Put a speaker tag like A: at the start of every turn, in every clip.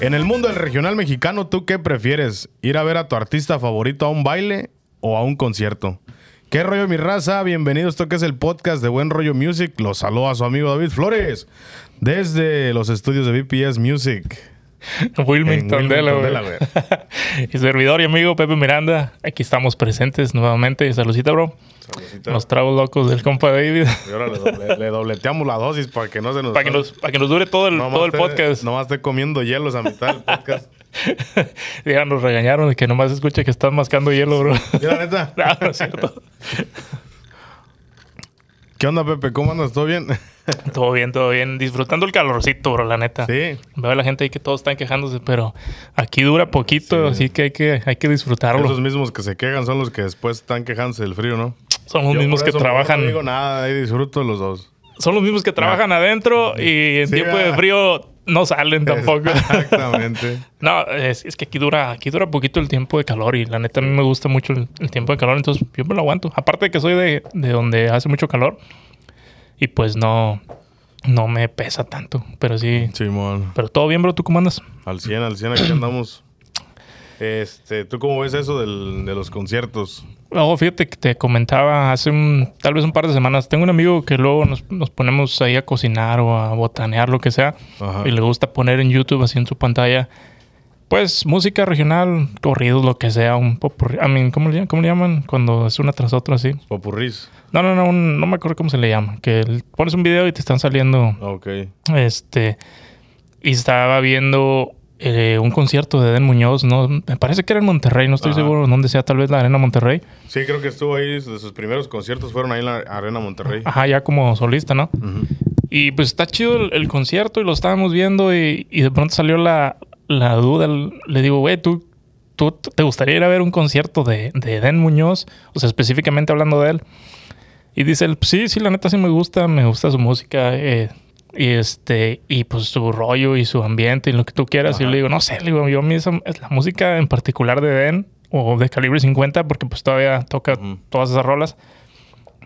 A: En el mundo del regional mexicano, ¿tú qué prefieres? ¿Ir a ver a tu artista favorito a un baile o a un concierto? ¿Qué rollo, mi raza? Bienvenidos, esto que es el podcast de Buen Rollo Music. Los saluda su amigo David Flores desde los estudios de BPS Music.
B: Wilmington,
A: En Wilmington,
B: Delaware.
A: Delaware.
B: y servidor y amigo Pepe Miranda. Aquí estamos presentes nuevamente. Saludcita, bro. Los tragos locos del compa David.
A: Y ahora le, doble- le dobleteamos la dosis para que no se nos...
B: para, que nos, para que nos dure todo el,
A: Nomás
B: todo el
A: esté-
B: podcast.
A: Nomás esté comiendo hielos a mitad del podcast.
B: Ya nos regañaron de que nomás escucha que están mascando hielo, bro.
A: Y la neta.
B: no, no es cierto.
A: ¿Qué onda, Pepe? ¿Cómo andas? ¿Todo bien?
B: Todo bien, todo bien. Disfrutando el calorcito, bro, la neta.
A: sí.
B: Veo a la gente ahí que todos están quejándose, pero aquí dura poquito,
A: Sí.
B: así que hay que, hay que disfrutarlo.
A: Esos mismos que se quejan son los que después están quejándose del frío, ¿no?
B: son los
A: Yo
B: mismos
A: por
B: que
A: eso mejor
B: trabajan.
A: No digo nada, ahí disfruto los dos.
B: son los mismos que trabajan adentro y en
A: Ah. Sí,
B: tiempo de
A: ¿verdad?
B: frío no salen tampoco.
A: Exactamente.
B: no, es, es que aquí dura, aquí dura poquito el tiempo de calor y la neta a mí me gusta mucho el, el tiempo de calor, entonces yo me lo aguanto. Aparte de que soy de, de donde hace mucho calor y pues no, no me pesa tanto, pero sí.
A: Simón.
B: Pero todo bien, bro, ¿tú cómo andas?
A: Al 100, al 100, aquí andamos. Este, ¿tú cómo ves eso del- de los conciertos?
B: Luego, fíjate que te comentaba hace un, tal vez un par de semanas, tengo un amigo que luego nos, nos ponemos ahí a cocinar o a botanear, lo que sea,
A: Ajá.
B: y le gusta poner en YouTube, así en su pantalla, pues música regional, corridos, lo que sea, un popurrí, I mean, ¿cómo, le, llaman- ¿cómo le llaman? Cuando es una tras otra, así.
A: Popurrís.
B: No, no, no, un- no me acuerdo cómo se le llama, que el- pones un video y te están saliendo,
A: Ok.
B: este, y estaba viendo... eh, un concierto de Eden Muñoz, no, me parece que era en Monterrey, no estoy
A: Ajá.
B: seguro dónde sea, tal vez la Arena Monterrey.
A: Sí, creo que estuvo ahí, de sus primeros conciertos fueron ahí en la Arena Monterrey.
B: Ajá, ya como solista, ¿no?
A: Ujú.
B: Y pues está chido el, el concierto y lo estábamos viendo y, y de pronto salió la, la duda. Le digo, güey, ¿tú, ¿tú t- te gustaría ir a ver un concierto de, de Eden Muñoz? O sea, específicamente hablando de él. Y dice él, sí, sí, la neta sí me gusta, me gusta su música eh, y este y pues su rollo y su ambiente y lo que tú quieras. Y yo
A: Ajá.
B: le digo, no sé, le digo, yo a mí esa- es la música en particular de Eden o de Calibre 50 porque pues todavía toca
A: Ujú.
B: todas esas rolas.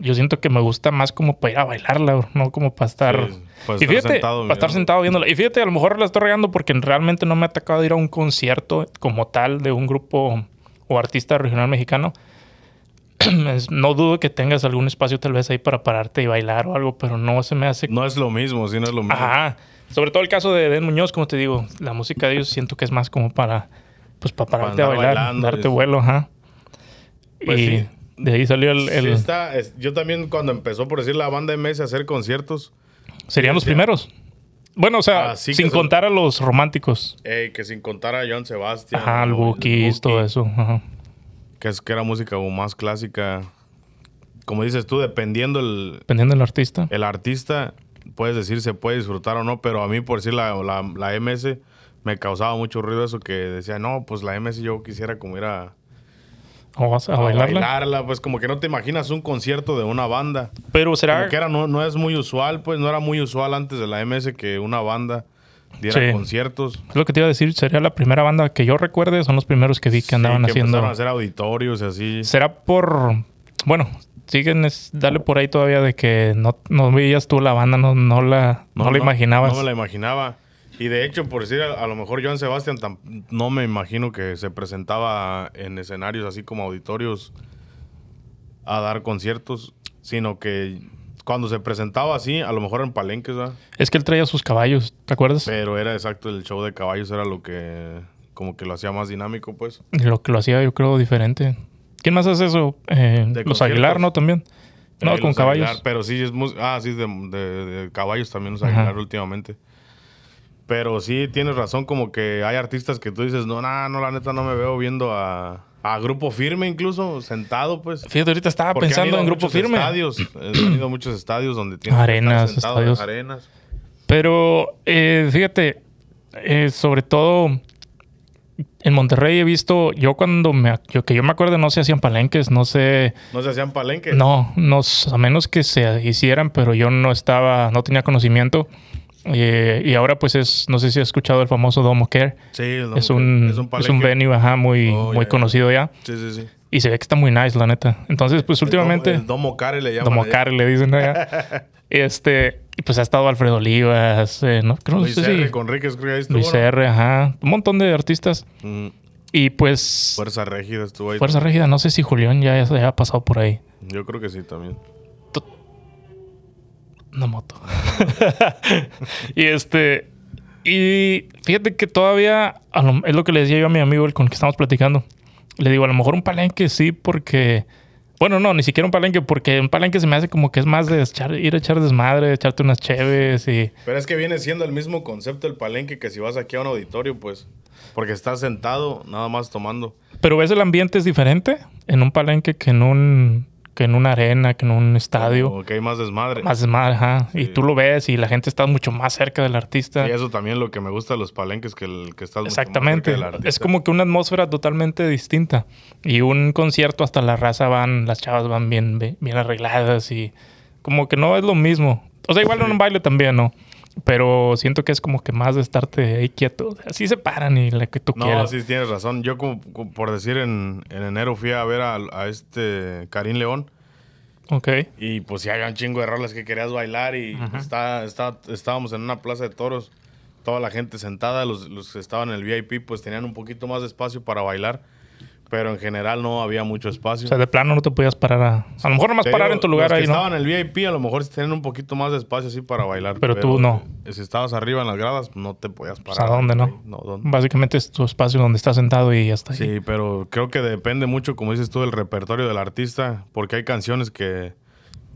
B: Yo siento que me gusta más como para ir a bailarla, bro, no como para estar
A: Sí, para
B: y
A: estar
B: fíjate,
A: sentado
B: para estar
A: mirando.
B: sentado viéndola. Y fíjate, a lo mejor la estoy regando porque realmente no me ha tocado ir a un concierto como tal de un grupo o artista regional mexicano. Es- no dudo que tengas algún espacio tal vez ahí para pararte y bailar o algo, pero no se me hace...
A: No es lo mismo, sí, no es lo mismo.
B: Ajá. Sobre todo el caso de Den Muñoz, como te digo, la música de ellos siento que es más como para... Pues para
A: Para
B: pararte a
A: andar
B: bailar,
A: bailando y
B: darte
A: eso.
B: vuelo, ajá.
A: Pues
B: y
A: sí.
B: de ahí salió el...
A: Sí
B: el-
A: está, es- yo también cuando empezó, por decir, la banda MS a hacer conciertos,
B: serían los
A: decía-
B: primeros. Bueno, o sea,
A: Ah, sí que
B: sin
A: son-
B: contar a los románticos.
A: ey, que sin contar a John Sebastian.
B: Ajá, el
A: Este, o el
B: Bookies, todo
A: Buki,
B: eso. Ajá.
A: Que, es, que era música como más clásica. Como dices tú, dependiendo el,
B: Dependiendo del artista.
A: el artista, puedes decir se puede disfrutar o no, pero a mí, por decir, la, la, la MS me causaba mucho ruido eso que decía, no, pues la MS yo quisiera como ir a,
B: O vas a,
A: a
B: bailarla.
A: bailarla, pues como que no te imaginas un concierto de una banda.
B: Pero será.
A: Como que era, no, no es muy usual, pues no era muy usual antes de la MS que una banda diera
B: Sí.
A: conciertos.
B: es lo que te iba a decir. Sería la primera banda que yo recuerde. Son los primeros que vi que
A: Sí,
B: andaban
A: que
B: haciendo.
A: empezaron a hacer auditorios y así.
B: Será por. Bueno, siguen. es- dale por ahí todavía de que no, no veías tú la banda, no, no la, no, la imaginabas.
A: No me la imaginaba. Y de hecho, por decir, a, a lo mejor Joan Sebastián tam- no me imagino que se presentaba en escenarios así como auditorios a dar conciertos, sino que cuando se presentaba así, a lo mejor en palenques, ¿verdad?
B: Es que él traía sus caballos, ¿te acuerdas?
A: Pero era exacto, el show de caballos era lo que como que lo hacía más dinámico, pues.
B: Lo que lo hacía, yo creo, diferente. ¿Quién más hace eso? Eh,
A: De
B: los Aguilar,
A: conciertos.
B: ¿no? También. No,
A: Eh,
B: con
A: los
B: caballos.
A: Aguilar, pero sí, es mus- ah, sí, de, de- de caballos también los
B: Ajá.
A: Aguilar últimamente. Pero sí, tienes razón, como que hay artistas que tú dices, no, nah, no, la neta no me veo viendo a, a Grupo Firme incluso, sentado, pues.
B: Fíjate, ahorita estaba
A: Porque han
B: pensando
A: ido a
B: en grupo
A: muchos
B: firme.
A: Estadios, eh, han ido a muchos estadios donde tienen
B: Arenas,
A: que estar sentado en
B: estadios.
A: arenas.
B: Pero eh, fíjate, eh, sobre todo en Monterrey he visto, yo cuando me, ac- yo, que yo me acuerdo no se hacían palenques, no sé,
A: No se hacían palenques.
B: no, no, s- a menos que se hicieran, pero yo no estaba, no tenía conocimiento. Eh, y ahora pues es, no sé si has escuchado el famoso Domo Care,
A: Sí, no,
B: es, un, es, un
A: palenque.
B: venue, ajá, muy,
A: Oh,
B: muy
A: ya, ya.
B: conocido ya.
A: Sí, sí, sí.
B: Y se ve que está muy nice, la neta. Entonces, pues últimamente...
A: El Domo Care le llaman.
B: Domo
A: allá.
B: Care le dicen allá. Este, y pues ha estado Alfredo Olivas, eh, no, creo, no
A: Luis
B: sé si-
A: R. Conríquez, creo que ahí estuvo.
B: Luis
A: ¿no?
B: R, ajá. Un montón de artistas.
A: Mm,
B: Y pues Fuerza,
A: Fuerza Régida estuvo ahí.
B: Régida, no sé si Julián ya se ha pasado por ahí.
A: Yo creo que sí también.
B: Una moto. y este. Y fíjate que todavía a lo- es lo que le decía yo a mi amigo el con el que estamos platicando. Le digo, a lo mejor un palenque sí, porque. Bueno, no, ni siquiera un palenque, porque un palenque se me hace como que es más de echar- ir a echar desmadre, echarte unas cheves y.
A: Pero es que viene siendo el mismo concepto el palenque que si vas aquí a un auditorio, pues. Porque estás sentado, nada más tomando.
B: Pero ves el ambiente es diferente en un palenque que en un. que en una arena, que en un estadio.
A: O que hay más desmadre.
B: Más es más, ajá. Y
A: Sí.
B: tú lo ves y la gente está mucho más cerca del artista.
A: Y eso también es lo que me gusta de los palenques, que, el, que estás mucho más
B: Exactamente.
A: cerca del artista.
B: Es como que una atmósfera totalmente distinta. Y un concierto hasta la raza van, las chavas van bien, bien bien arregladas y como que no es lo mismo. O sea, igual en un baile también, ¿no? Pero siento que es como que más de estarte ahí quieto. O sea, Así se paran y la que tú
A: No,
B: quieras.
A: sí tienes razón. Yo, como, como por decir, en, en enero fui a ver a, a este Karim León.
B: Ok.
A: Y pues si había un chingo de rolas que querías bailar y
B: Ajá.
A: está- está- estábamos en una plaza de toros, toda la gente sentada, los, los que estaban en el VIP pues tenían un poquito más de espacio para bailar, pero en general no había mucho
B: O
A: espacio.
B: sea, de plano no te podías parar a... A lo mejor nomás
A: Te
B: parar
A: digo,
B: en tu lugar
A: los que
B: ahí, ¿no?
A: estaban en el VIP a lo mejor sí tenían un poquito más de espacio así para bailar.
B: Pero tú no.
A: eh, Si estabas arriba en las gradas no te podías
B: Pues,
A: parar.
B: ¿a dónde, no?
A: güey. No, ¿dónde?
B: Básicamente es tu espacio donde estás sentado y ya está. ahí.
A: Sí, pero creo que depende mucho, como dices tú, del repertorio del artista, porque hay canciones que,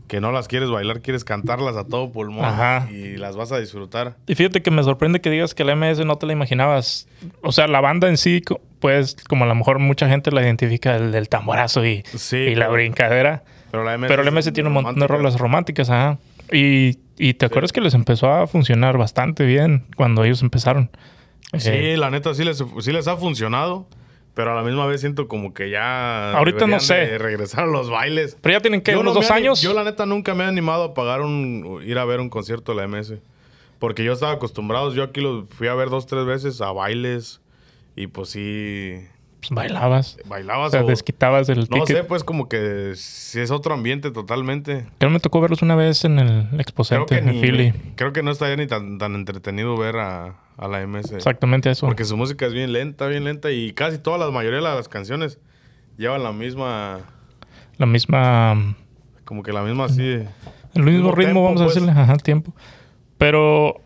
A: que no las quieres bailar, quieres cantarlas a todo pulmón
B: Ajá.
A: y las vas a disfrutar.
B: Y fíjate que me sorprende que digas que la MS no te la imaginabas. O sea, la banda en sí, co- pues, como a lo mejor mucha gente la identifica del, del tamborazo y,
A: Sí,
B: y la
A: pero-
B: brincadera.
A: Pero la MS,
B: Pero la MS
A: es
B: tiene un montón de
A: romántica.
B: rolas románticas, ajá. Y, y te acuerdas que les empezó a funcionar bastante bien cuando ellos empezaron. Eh,
A: Sí, la neta sí les, sí les ha funcionado, pero a la misma vez siento como que ya...
B: Ahorita no
A: deberían
B: sé.
A: de regresar a los bailes.
B: pero ya tienen que
A: Yo
B: unos
A: no me
B: dos
A: ani-
B: años.
A: Yo la neta nunca me he animado a pagar un... ir a ver un concierto de la MS. Porque yo estaba acostumbrado, yo aquí lo fui a ver dos, tres veces a bailes y pues sí...
B: Pues, bailabas. O
A: Bailabas
B: sea,
A: o-
B: desquitabas el
A: No
B: ticket.
A: sé, pues como que si es otro ambiente totalmente.
B: Creo que me tocó verlos una vez en el
A: Creo
B: Exposente,
A: que,
B: en el
A: ni-
B: Philly.
A: creo que no estaría ni tan, tan entretenido ver a, a la MS.
B: Exactamente eso.
A: Porque su música es bien lenta, bien lenta y casi todas las mayoría de las canciones llevan la misma,
B: La misma...
A: como que la misma así.
B: El mismo
A: Mismo
B: ritmo,
A: tempo,
B: vamos a
A: pues.
B: decirle, ajá, tiempo. Pero,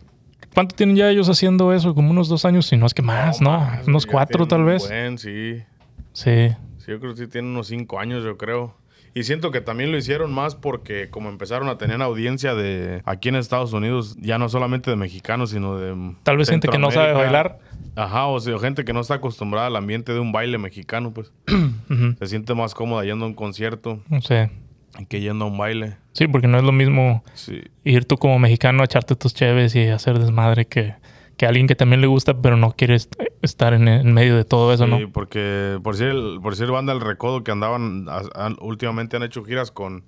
B: ¿cuánto tienen ya ellos haciendo eso? Como unos dos años, si no es que más, ¿no?
A: más,
B: unos
A: ya
B: cuatro,
A: tienen
B: tal
A: un
B: vez.
A: buen, sí.
B: Sí.
A: Sí, yo creo que sí tienen unos cinco años, yo creo. Y siento que también lo hicieron más porque como empezaron a tener audiencia de aquí en Estados Unidos, ya no solamente de mexicanos, sino de...
B: Tal vez gente que no sabe
A: Centroamérica.
B: bailar.
A: Ajá, o sea, gente que no está acostumbrada al ambiente de un baile mexicano, pues.
B: Ujú.
A: Se siente más cómoda yendo a un concierto
B: No sé.
A: que yendo a un baile.
B: Sí, porque no es lo mismo
A: Sí.
B: ir tú como mexicano a echarte tus cheves y hacer desmadre que, que alguien que también le gusta, pero no quiere est- estar en, en medio de todo eso, ¿no?
A: Sí, porque por si el, por si el banda El Recodo que andaban a- a- últimamente han hecho giras con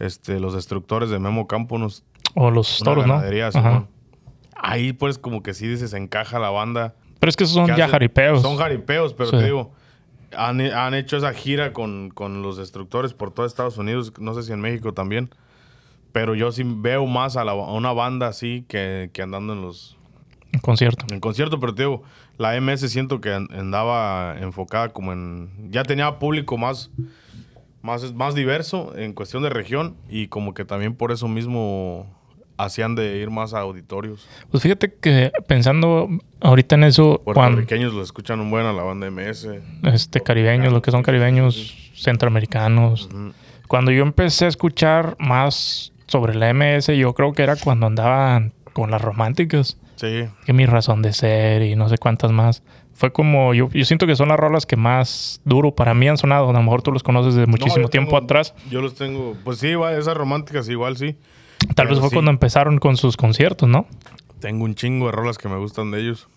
A: este los destructores de Memo Campo, unos
B: O los
A: Una
B: toros, ¿no?
A: ganadería,
B: Ajá.
A: Simón. Ahí pues como que sí dices encaja la banda.
B: Pero es que esos son
A: que
B: ya
A: hacen-
B: jaripeos.
A: Son jaripeos, pero
B: Sí.
A: te digo, han, han hecho esa gira con, con los destructores por todo Estados Unidos, no sé si en México también. Pero yo sí veo más a, la- a una banda así que, que andando en los
B: en concierto.
A: en concierto, pero te digo, la MS siento que an- andaba enfocada como en ya tenía público más más más diverso en cuestión de región y como que también por eso mismo hacían de ir más a auditorios.
B: Pues fíjate que pensando ahorita en eso, cuando,
A: Puertorriqueños lo escuchan un buen a la banda MS.
B: este, caribeños, lo que son caribeños, centroamericanos. Cuando yo empecé a escuchar más sobre la MS, yo creo que era cuando andaban con las románticas,
A: Sí,
B: que mi razón de ser y no sé cuántas más. Fue como, yo, yo siento que son las rolas que más duro para mí han sonado. A lo mejor tú los conoces de
A: No,
B: muchísimo
A: yo
B: tiempo
A: tengo-
B: atrás.
A: Yo los tengo, pues sí, va, esas románticas igual sí.
B: Tal
A: pero
B: vez fue
A: sí.
B: cuando empezaron con sus conciertos, ¿no?
A: Tengo un chingo de rolas que me gustan de ellos.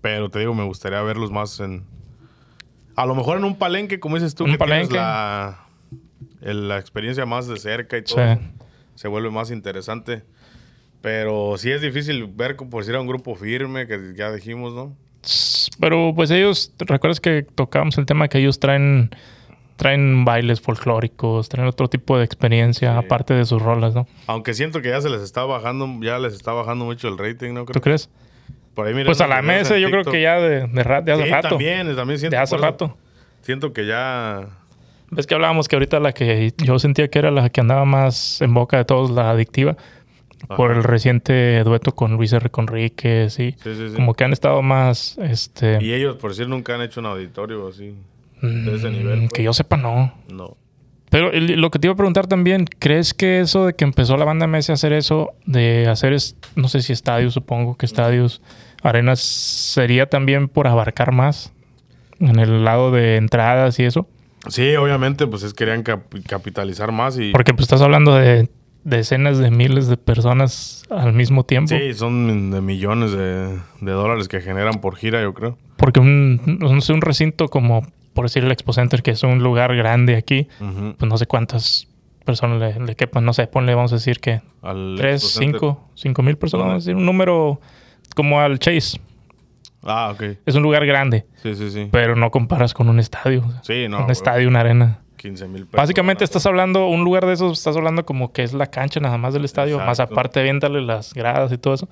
A: Pero te digo, me gustaría verlos más en. A lo mejor en un palenque, como dices tú,
B: Un
A: que tienes
B: palenque.
A: la, el- la experiencia más de cerca y
B: Sí.
A: todo. eso, Se vuelve más interesante. Pero sí es difícil ver, como por si era un grupo firme, que ya dijimos, ¿no?
B: Pero pues ellos, ¿te ¿recuerdas que tocábamos el tema que ellos traen traen bailes folclóricos, traen otro tipo de experiencia
A: Sí.
B: aparte de sus rolas, ¿no?
A: Aunque siento que ya se les está bajando, ya les está bajando mucho el rating, ¿no?
B: ¿Tú
A: Creo.
B: crees?
A: Por ahí
B: Pues a la mesa yo creo que ya de, de ra- de hace
A: sí,
B: rato.
A: también, también siento.
B: de hace
A: por eso-
B: rato.
A: Siento que ya...
B: Ves que hablábamos que ahorita la que yo sentía que era la que andaba más en boca de todos, la adictiva, por
A: Ajá.
B: el reciente dueto con Luis R. Conríquez y
A: Sí, sí, sí.
B: como que han estado más, este...
A: Y ellos, por decir, nunca han hecho un auditorio así.
B: mm,
A: ese nivel, pues.
B: Que yo sepa, no.
A: No.
B: Pero el- lo que te iba a preguntar también, ¿crees que eso de que empezó la banda Messi a hacer eso, de hacer, es- no sé si estadios, supongo que estadios, arenas, sería también por abarcar más en el lado de entradas y eso?
A: Sí, obviamente, pues es querían cap- capitalizar más y...
B: Porque pues estás hablando de decenas de miles de personas al mismo tiempo.
A: Sí, son de millones de, de dólares que generan por gira, yo creo.
B: Porque un, no sé, un recinto como, por decir, el Expo Center, que es un lugar grande aquí,
A: Ujú.
B: pues no sé cuántas personas le, le quepan, no sé, ponle, vamos a decir que
A: Al
B: Tres,
A: Expo Center.
B: cinco, cinco mil personas,
A: Ajá.
B: vamos a decir, un número como al Chase.
A: Ah, ok.
B: Es un lugar grande,
A: Sí, sí, sí.
B: pero no comparas con un estadio. o sea,
A: Sí, no.
B: un
A: güey.
B: estadio, una arena.
A: 15 mil pesos.
B: Básicamente estás hablando, un lugar de esos, estás hablando como que es la cancha nada más del estadio, más
A: Exacto.
B: aparte viéndole las gradas y todo eso.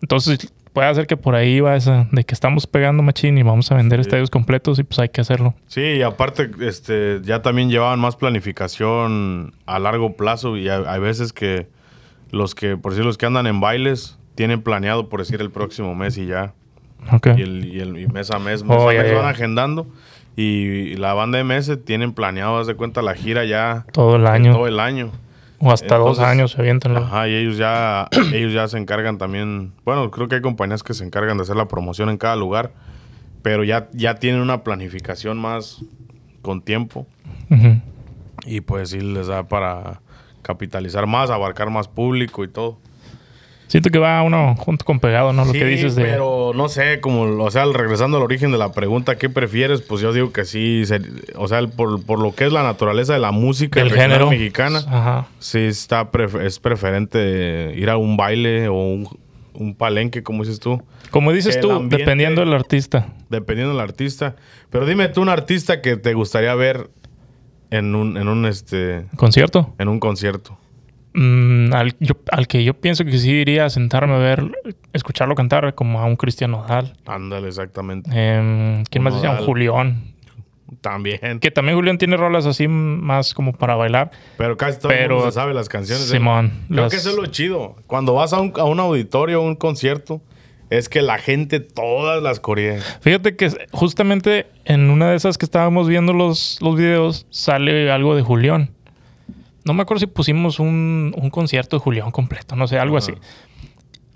B: Entonces puede ser que por ahí va esa de que estamos pegando machín y vamos a vender
A: Sí.
B: estadios completos y pues hay que hacerlo.
A: Sí, y aparte, este, ya también llevaban más planificación a largo plazo y hay, hay veces que los que, por decir, los que andan en bailes, tienen planeado, por decir, el próximo mes y ya.
B: Ok.
A: Y, el, y el- y mes a mes, mes
B: Oh,
A: a
B: ya,
A: mes
B: ya.
A: van agendando. Y, y la banda MS tienen planeado, haz de cuenta, la gira ya
B: todo el año.
A: todo el año.
B: o hasta dos
A: entonces-
B: años se avientan. luego.
A: Ajá, y ellos ya, ellos ya se encargan también. Bueno, creo que hay compañías que se encargan de hacer la promoción en cada lugar, pero ya, ya tienen una planificación más con tiempo.
B: Ujú.
A: Y pues sí les da para capitalizar más, abarcar más público y todo.
B: Siento que va uno junto con pegado, ¿no? Lo que dices de...
A: pero no sé, como, o sea, regresando al origen de la pregunta, ¿qué prefieres? Pues yo digo que sí, se- o sea, el- por, por lo que es la naturaleza de la música
B: del
A: regional
B: género
A: mexicana,
B: Ajá.
A: sí está pref- es preferente ir a un baile o un, un palenque, como dices tú,
B: Como dices
A: El
B: tú,
A: ambiente-
B: dependiendo del artista.
A: dependiendo del artista. Pero dime tú un artista que te gustaría ver en un, en un, este,
B: ¿Concierto?
A: en un concierto.
B: Mm, al, yo- al que yo pienso que sí iría a sentarme a ver, escucharlo cantar, como a un Cristian Nodal.
A: Ándale, exactamente.
B: Em, ¿Quién más decía? Un
A: Nodal.
B: Julián.
A: También.
B: Que también Julián tiene rolas así más como para bailar.
A: Pero casi todo el
B: Pero-
A: mundo se sabe las canciones. ¿eh?
B: Simón.
A: Creo
B: las-
A: que eso es lo chido. Cuando vas a un, a un auditorio, a un concierto, es que la gente todas las corea.
B: Fíjate que justamente en una de esas que estábamos viendo los, los videos sale algo de Julián. No me acuerdo si pusimos un, un concierto de Julián completo, no sé, algo
A: Ajá.
B: así.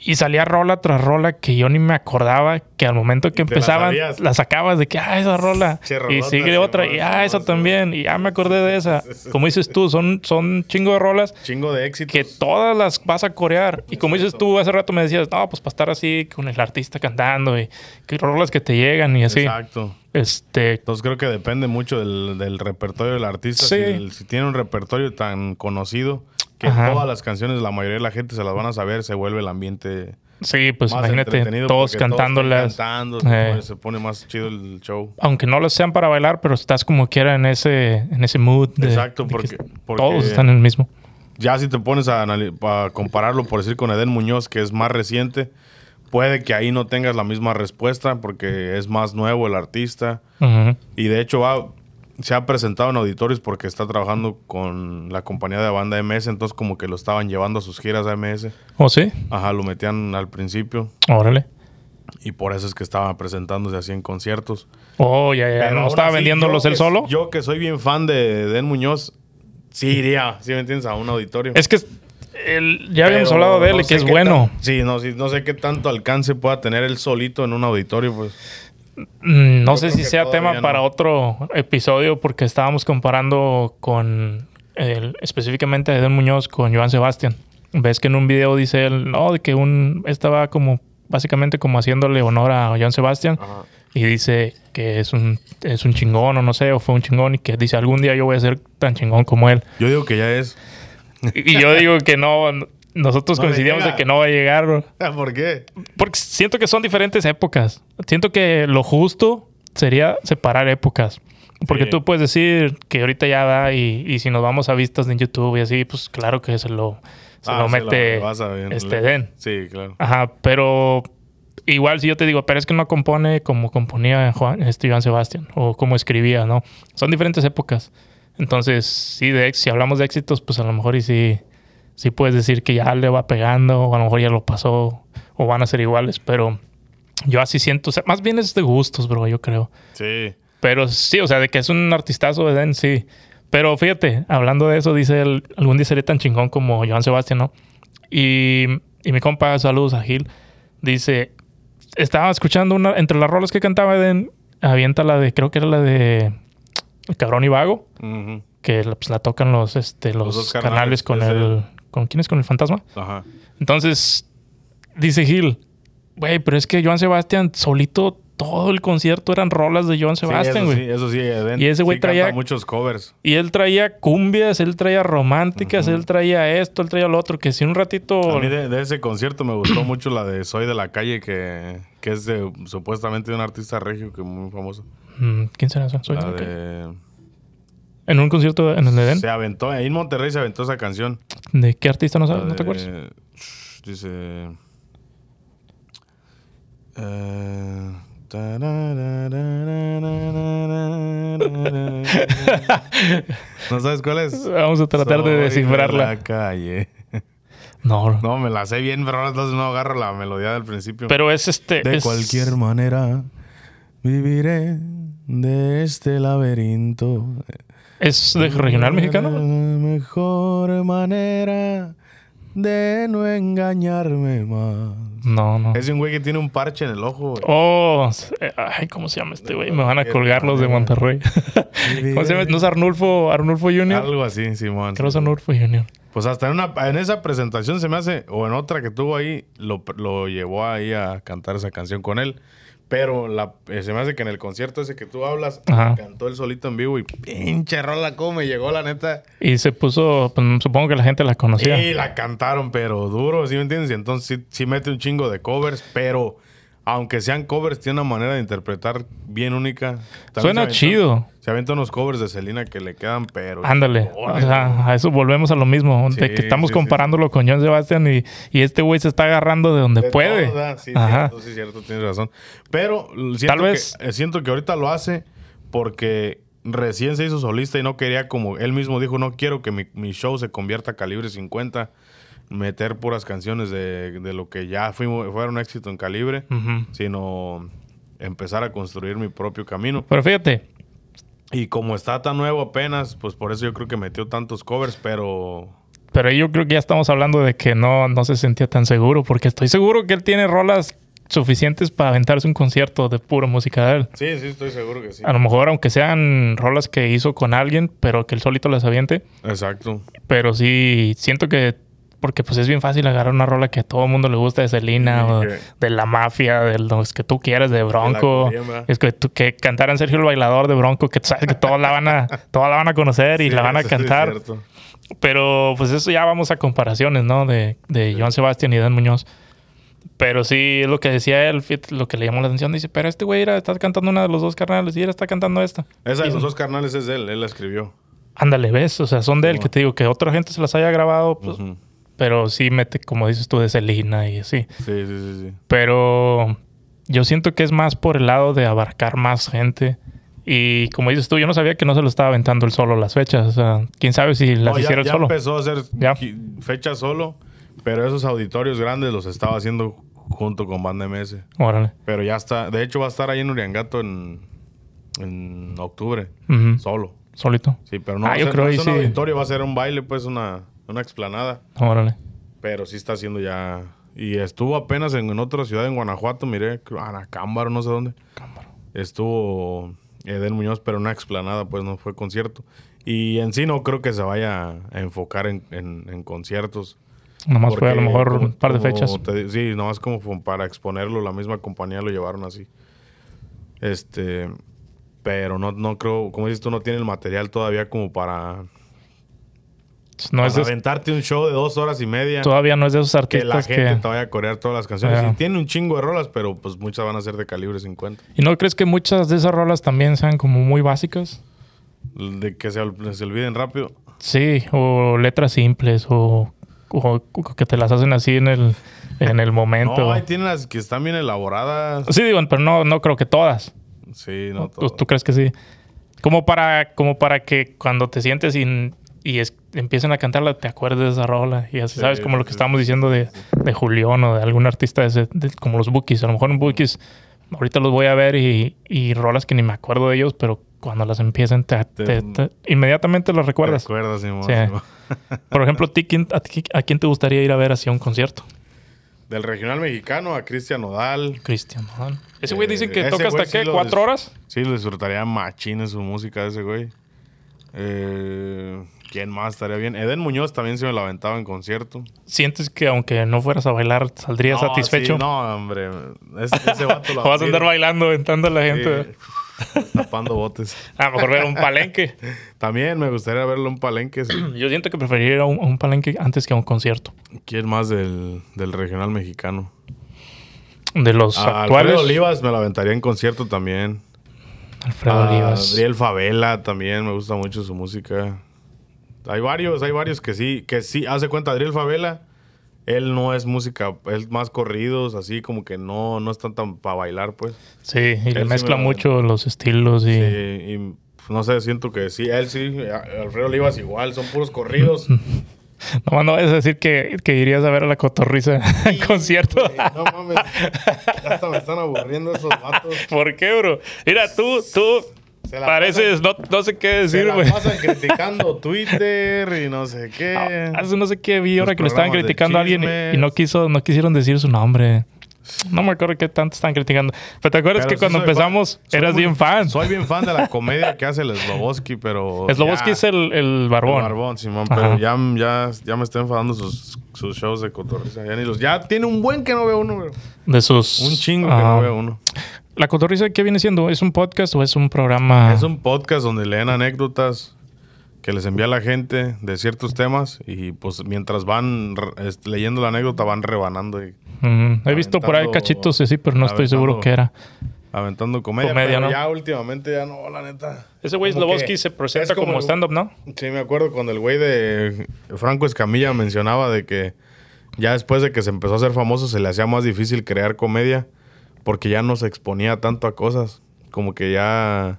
B: Y salía rola tras rola que yo ni me acordaba que al momento que
A: Y te la
B: empezaban
A: sabías.
B: la sacabas de que, ah, esa rola.
A: Che,
B: y
A: rolota,
B: sigue otra, y
A: Simón,
B: ah, esa
A: Simón,
B: también, y ya me acordé de esa. Como dices tú, son, son chingo de rolas
A: Chingo de éxito.
B: que todas las vas a corear. Y como dices tú, hace rato me decías, no, pues para estar así con el artista cantando y que rolas que te llegan y así.
A: Exacto.
B: Este,
A: Entonces creo que depende mucho del, del repertorio del artista.
B: Sí.
A: Si, el- si tiene un repertorio tan conocido que
B: Ajá.
A: todas las canciones, la mayoría de la gente se las van a saber, se vuelve el ambiente
B: sí, pues
A: más
B: imagínate,
A: entretenido
B: todos
A: porque están
B: cantándolas.
A: cantando,
B: Eh.
A: se, pone, se pone más chido el show.
B: aunque no las sean para bailar, pero estás como quiera en ese, en ese mood. de-
A: Exacto,
B: de que
A: porque- porque-
B: todos están en el mismo.
A: Ya si te pones a, anali- a compararlo, por decir, con Edén Muñoz, que es más reciente, puede que ahí no tengas la misma respuesta porque es más nuevo el artista.
B: Ujú.
A: Y de hecho va, se ha presentado en auditorios porque está trabajando con la compañía de banda MS, entonces como que lo estaban llevando a sus giras a MS.
B: ¿O sí?
A: Ajá, lo metían al principio
B: Órale.
A: y por eso es que estaba presentándose así en conciertos.
B: Oh, ya, ya.
A: Pero
B: ¿No
A: aún
B: estaba
A: así,
B: vendiéndolos
A: yo
B: él
A: que-
B: solo?
A: Yo que soy bien fan de Den Muñoz, sí iría, si me entiendes, a un auditorio.
B: Es que el- ya habíamos
A: Pero
B: hablado de él,
A: no
B: y
A: sé
B: que es
A: qué
B: bueno.
A: tan- sí, no, sí, no sé qué tanto alcance pueda tener él solito en un auditorio, pues.
B: Mm, No
A: Yo
B: sé
A: creo
B: si
A: que
B: sea
A: todavía
B: tema
A: no.
B: para otro episodio porque estábamos comparando con el- específicamente a Edén Muñoz con Joan Sebastián. Ves que en un video dice él, no, de que un estaba como básicamente como haciéndole honor a Joan Sebastián
A: Ah.
B: y dice que es un es un chingón o no sé, o fue un chingón y que dice algún día yo voy a ser tan chingón como él.
A: Yo digo que ya es.
B: Y yo digo que no n- nosotros
A: No le
B: coincidimos en
A: llega.
B: que no va a llegar, bro.
A: Ah, ¿Por qué?
B: Porque siento que son diferentes épocas. Siento que lo justo sería separar épocas. Porque
A: Sí.
B: tú puedes decir que ahorita ya va y, y si nos vamos a vistas en YouTube y así, pues claro que se lo, se
A: Ah,
B: lo
A: se la
B: mete
A: pasa bien,
B: este
A: le-
B: Den.
A: Sí, claro.
B: Ajá, pero igual si yo te digo, pero es que no compone como componía Juan, este, Joan Sebastián o como escribía, ¿no? Son diferentes épocas. Entonces, sí, de, ex- si hablamos de éxitos, pues a lo mejor y sí, sí puedes decir que ya le va pegando o a lo mejor ya lo pasó o van a ser iguales, pero yo así siento, o sea, más bien es de gustos, bro, yo creo.
A: Sí.
B: Pero sí, o sea, de que es un artistazo, Eden, sí. Pero fíjate, hablando de eso, dice el- algún día seré tan chingón como Joan Sebastián, ¿no? Y, y mi compa, saludos a Gil, dice, estaba escuchando una, entre las rolas que cantaba Eden, avienta la de, creo que era la de El Cabrón y Vago,
A: Ujú.
B: que la- pues, la tocan los, este, los,
A: Los dos carnales,
B: canales con
A: ese.
B: el, con, ¿quién es? Con el fantasma.
A: Ajá.
B: Entonces, dice Gil, güey, pero es que Joan Sebastián solito, todo el concierto eran rolas de Joan
A: Sí,
B: Sebastián, güey.
A: eso sí, eso sí, Eden
B: Y ese güey
A: sí canta
B: traía-
A: muchos covers.
B: Y él traía cumbias, él traía románticas, él traía esto, él traía lo otro, que si un ratito...
A: A mí de, de ese concierto me gustó mucho la de Soy de la Calle, que, que es de, supuestamente de un artista regio que muy famoso.
B: Mm, ¿Quién será eso? Soy-
A: La
B: ok.
A: de-
B: ¿En un concierto en el Edén?
A: Se aventó, ahí en Monterrey se aventó esa canción.
B: ¿De qué artista no
A: La
B: sabes? ¿No
A: de-
B: te acuerdas?
A: Shh, Dice. eh, tarararararararararara. ¿No sabes cuál es?
B: Vamos a tratar
A: Soy
B: de
A: la
B: descifrarla.
A: calle.
B: No, bro.
A: No, me la sé bien, pero ahora entonces no agarro la melodía del principio.
B: pero es este...
A: de
B: es-
A: cualquier manera viviré de este laberinto.
B: ¿Es de regional mexicano?
A: La mejor manera de no engañarme más.
B: No, no.
A: Es un güey que tiene un parche en el ojo. güey.
B: Oh, eh, ay, ¿cómo se llama este güey? Me van a colgar los de Monterrey. ¿Cómo se llama? ¿No es Arnulfo, Arnulfo Junior?
A: Algo así, Simón.
B: Creo que es Arnulfo Junior.
A: Pues hasta en, una, en esa presentación se me hace, o en otra que tuvo ahí, lo, lo llevó ahí a cantar esa canción con él. Pero la, eh, se me hace que en el concierto ese que tú hablas,
B: Ajá.
A: cantó él solito en vivo y pinche rola como me llegó, la neta.
B: Y se puso, pues, supongo que la gente la conocía.
A: Y la cantaron, pero duro, ¿sí me entiendes? Y entonces sí, sí mete un chingo de covers, pero aunque sean covers, tiene una manera de interpretar bien única. También
B: Suena
A: se aventó-
B: chido.
A: Se avientan unos covers de Selena que le quedan, pero...
B: Ándale, o
A: Órale,
B: sea, a eso volvemos a lo mismo, de que
A: Sí,
B: estamos
A: sí, sí,
B: comparándolo con John Sebastian y, y este güey se está agarrando de donde
A: De
B: puede.
A: todos, ah, sí,
B: Ajá.
A: cierto, sí, cierto, tienes razón. Pero l- siento,
B: Tal vez-
A: que, eh, siento que ahorita lo hace porque recién se hizo solista y no quería, como él mismo dijo, no quiero que mi, mi show se convierta a calibre 50, meter puras canciones de, de lo que ya fuimos, fueron éxito en calibre,
B: Ujú.
A: sino empezar a construir mi propio camino.
B: Pero fíjate,
A: Y como está tan nuevo apenas, pues por eso yo creo que metió tantos covers, pero...
B: pero yo creo que ya estamos hablando de que no, no se sentía tan seguro, porque estoy seguro que él tiene rolas suficientes para aventarse un concierto de puro música de él.
A: Sí, sí, estoy seguro que sí.
B: A lo mejor, aunque sean rolas que hizo con alguien, pero que él solito las aviente,
A: Exacto.
B: pero sí siento que porque pues es bien fácil agarrar una rola que a todo el mundo le gusta de Selena
A: Sí,
B: o
A: que-
B: de la mafia, de los que tú quieras, de Bronco.
A: Corriema.
B: Es que tú- que cantaran Sergio el bailador de Bronco, que tú sabes que todos la van a, todos la van a conocer y la van a
A: Sí, eso sí es
B: cantar.
A: cierto.
B: Pero pues eso ya vamos a comparaciones, ¿no? De, de Joan Sebastián y Dan Muñoz. Pero sí, es lo que decía él, fit- lo que le llamó la atención, dice, pero este güey era- está cantando una de los dos carnales y él está cantando esta.
A: Esa de
B: Y-
A: los dos carnales es de él, él la escribió.
B: Ándale, ves, o sea, son de él, que te digo, que otra gente se las haya grabado, pues,
A: Ujú.
B: pero sí mete, como dices tú, de Selena y así.
A: Sí, sí, sí, sí.
B: Pero yo siento que es más por el lado de abarcar más gente. Y como dices tú, yo no sabía que no se lo estaba aventando él solo las fechas. O sea, quién sabe si
A: No,
B: las
A: ya,
B: hiciera él
A: ya
B: solo.
A: empezó a hacer
B: Ya.
A: qui- fecha solo, pero esos auditorios grandes los estaba haciendo junto con Banda MS.
B: Órale.
A: Pero ya está, de hecho va a estar ahí en Uriangato en, en octubre,
B: Ujú.
A: solo.
B: Solito.
A: Sí, pero no
B: Ah,
A: va a
B: yo
A: ser,
B: creo
A: no
B: ahí
A: es un
B: sí.
A: auditorio, va a ser un baile, pues una, una explanada.
B: Órale.
A: Pero sí está haciendo ya... Y estuvo apenas en, en otra ciudad, en Guanajuato, miré, creo, Anacámbaro, no sé dónde. estuvo Edel Muñoz, pero una explanada, pues no fue concierto. Y en sí no creo que se vaya a enfocar en, en- en conciertos.
B: Nomás fue a
A: porque
B: lo mejor
A: como-
B: un par de
A: como
B: fechas.
A: te di- sí, nomás como fue para exponerlo, la misma compañía lo llevaron así. Este, pero no, no creo, como dices tú, no tiene el material todavía como para,
B: No
A: para
B: es de-
A: aventarte un show de dos horas y media.
B: todavía no es de esos
A: Que la
B: artistas que...
A: gente te vaya a corear todas las canciones.
B: Ajá.
A: Y tiene un chingo de rolas, pero pues muchas van a ser de calibre 50.
B: ¿Y no crees que muchas de esas rolas también sean como muy básicas?
A: De que se, ol- se olviden rápido.
B: Sí, o letras simples, o, o cu- que te las hacen así en el, en el momento.
A: No, ahí tienen las que están bien elaboradas.
B: Sí, digo, pero no, no creo que todas.
A: Sí, no
B: ¿Tú,
A: todo.
B: Pues, tú crees que sí? Como para, como para que cuando te sientes y, y es- empiecen a cantarla, te acuerdes de esa rola. Y así,
A: Sí,
B: ¿sabes? Como lo que
A: sí,
B: estábamos diciendo de, de Julián o de algún artista de ese- de- como los Bookies. A lo mejor un Bookies, ahorita los voy a ver y, y rolas que ni me acuerdo de ellos, pero cuando las empiecen, te-
A: Te-
B: te- te- inmediatamente las recuerdas.
A: ¿Recuerdas, Simón,
B: Sí.
A: Simón.
B: Por ejemplo, ¿a ti quién- a, ti- a quién te gustaría ir a ver así a un concierto?
A: Del regional mexicano a Cristian Nodal.
B: Cristian Nodal. Ese güey
A: Eh,
B: dicen que
A: ese
B: toca hasta
A: güey sí
B: qué,
A: lo
B: cuatro
A: des-
B: horas.
A: Sí, le disfrutaría machín en su música ese güey. Eh, ¿Quién más estaría bien? Eden Muñoz también se me la aventaba en concierto.
B: Sientes que aunque no fueras a bailar, saldrías
A: No,
B: satisfecho.
A: sí, no, hombre. Ese, ese vato la
B: O vas a andar
A: tira.
B: bailando, aventando a la gente.
A: Sí, tapando botes.
B: A lo mejor ver un palenque.
A: También me gustaría verlo en Palenque. sí.
B: Yo siento que preferiría ir a un, a un palenque antes que a un concierto.
A: ¿Quién más del, del regional mexicano?
B: De los
A: A
B: actuales.
A: Ah, Alfredo Olivas me la aventaría en concierto también.
B: Alfredo
A: A
B: Olivas.
A: Adriel Favela también, me gusta mucho su música. Hay varios, hay varios que sí, que sí, hace cuenta Adriel Favela, él no es música, él más corridos, así como que no, no están tan para bailar, pues.
B: Sí, y
A: sí
B: le
A: me
B: mezcla
A: la-
B: mucho los estilos y...
A: Eh, y no sé, siento que sí, él sí, a- Alfredo Olivas igual, son puros corridos.
B: Nomás no vayas a decir que, que irías a ver a la cotorriza en concierto.
A: Güey, no mames, ya hasta me están aburriendo esos vatos.
B: ¿Por qué, bro? Mira, tú, tú
A: Se la
B: pareces... No, no sé qué
A: Se
B: decir,
A: la
B: güey.
A: pasan criticando Twitter y no sé qué.
B: Hace no sé qué vi
A: Ah,
B: ahora
A: Los
B: que lo estaban
A: programas de
B: criticando a alguien y- y no quiso, no quisieron decir su nombre. No me acuerdo qué tanto estaban criticando. Pero te acuerdas
A: Pero
B: que
A: sí
B: cuando
A: soy fan.
B: empezamos
A: Soy
B: eras
A: muy-
B: bien fan.
A: Ah, Soy bien fan de la comedia que hace el Sloboski, pero.
B: Sloboski
A: ya-
B: es el, el barbón.
A: el Barbón, Simón,
B: Ajá.
A: pero ya, ya, ya me está enfadando sus, sus shows de cotorriza. Ya, ni los, ya tiene un buen que no veo uno, güey.
B: De sus.
A: Un chingo que
B: Ajá.
A: no veo uno.
B: La cotorriza, ¿qué viene siendo? ¿Es un podcast o es un programa?
A: Es un podcast donde leen anécdotas que les envía la gente de ciertos temas y pues mientras van re- este, leyendo la anécdota van rebanando y
B: Mm, He visto por ahí
A: aventando-
B: cachitos y así, pero no estoy seguro
A: aventando-
B: qué era.
A: aventando comedia.
B: Comedia,
A: pero
B: ¿no?
A: ya últimamente ya no, la neta.
B: Ese güey
A: Como
B: Sloboski
A: que
B: se presenta
A: es como
B: como,
A: el-
B: stand-up, ¿no?
A: Sí, me acuerdo cuando el güey de Franco Escamilla mencionaba de que ya después de que se empezó a hacer famoso se le hacía más difícil crear comedia porque ya no se exponía tanto a cosas. Como que ya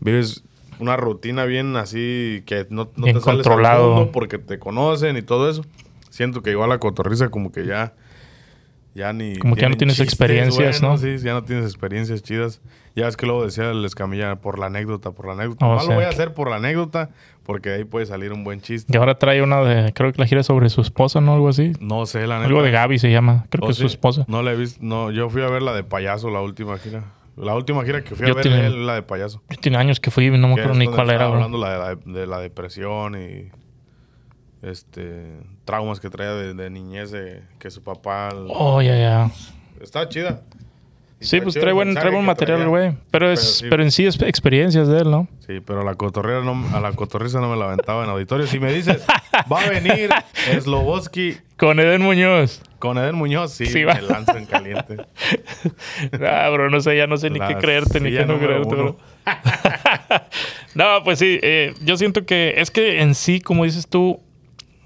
A: vives una rutina bien así que no, no
B: Bien
A: te sales al
B: controlado.
A: mundo porque te conocen y todo eso. Siento que igual la cotorriza como que ya... Ya ni...
B: Como que ya no
A: tienen
B: tienes experiencias, ¿no?
A: Sí, ya no tienes experiencias chidas. Ya es que luego decía el Escamilla por la anécdota, por la anécdota.
B: O
A: No
B: sea
A: lo voy a
B: que-
A: hacer por la anécdota, porque de ahí puede salir un buen chiste.
B: Y ahora trae una de. Creo que la gira sobre su esposa, ¿no? Algo así.
A: No sé, la neta.
B: Algo de Gaby se llama. Creo
A: Oh,
B: que es su
A: sí.
B: esposa.
A: No la he visto. No, yo fui a ver la de payaso la última gira. La última gira que fui a
B: Yo
A: ver
B: tiene-
A: es la de payaso.
B: Yo tiene años que fui y no me
A: Que
B: acuerdo
A: es
B: ni
A: donde
B: cuál era,
A: estaba
B: bro.
A: hablando la- la- de la depresión y este traumas que traía de, de niñez de- que su papá
B: Oh, ya, ya.
A: está chida. Y
B: Sí,
A: está
B: pues
A: chido
B: trae
A: el
B: buen,
A: mensaje
B: trae buen
A: que
B: material,
A: traía.
B: güey. Pero, es,
A: sí.
B: pero en sí es experiencias de él, ¿no?
A: Sí, pero a la cotorrera no, a la cotorriza no me la aventaba en auditorio. Si me dices, va a venir Sloboski
B: Con Eden Muñoz.
A: con Eden Muñoz, sí,
B: Sí, va.
A: me lanzo en caliente.
B: Ah, bro, no sé, ya no sé ni qué
A: La
B: creerte ni
A: silla
B: qué no
A: número
B: creerte, bro.
A: uno.
B: no, pues sí, eh, yo siento que es que en sí, como dices tú,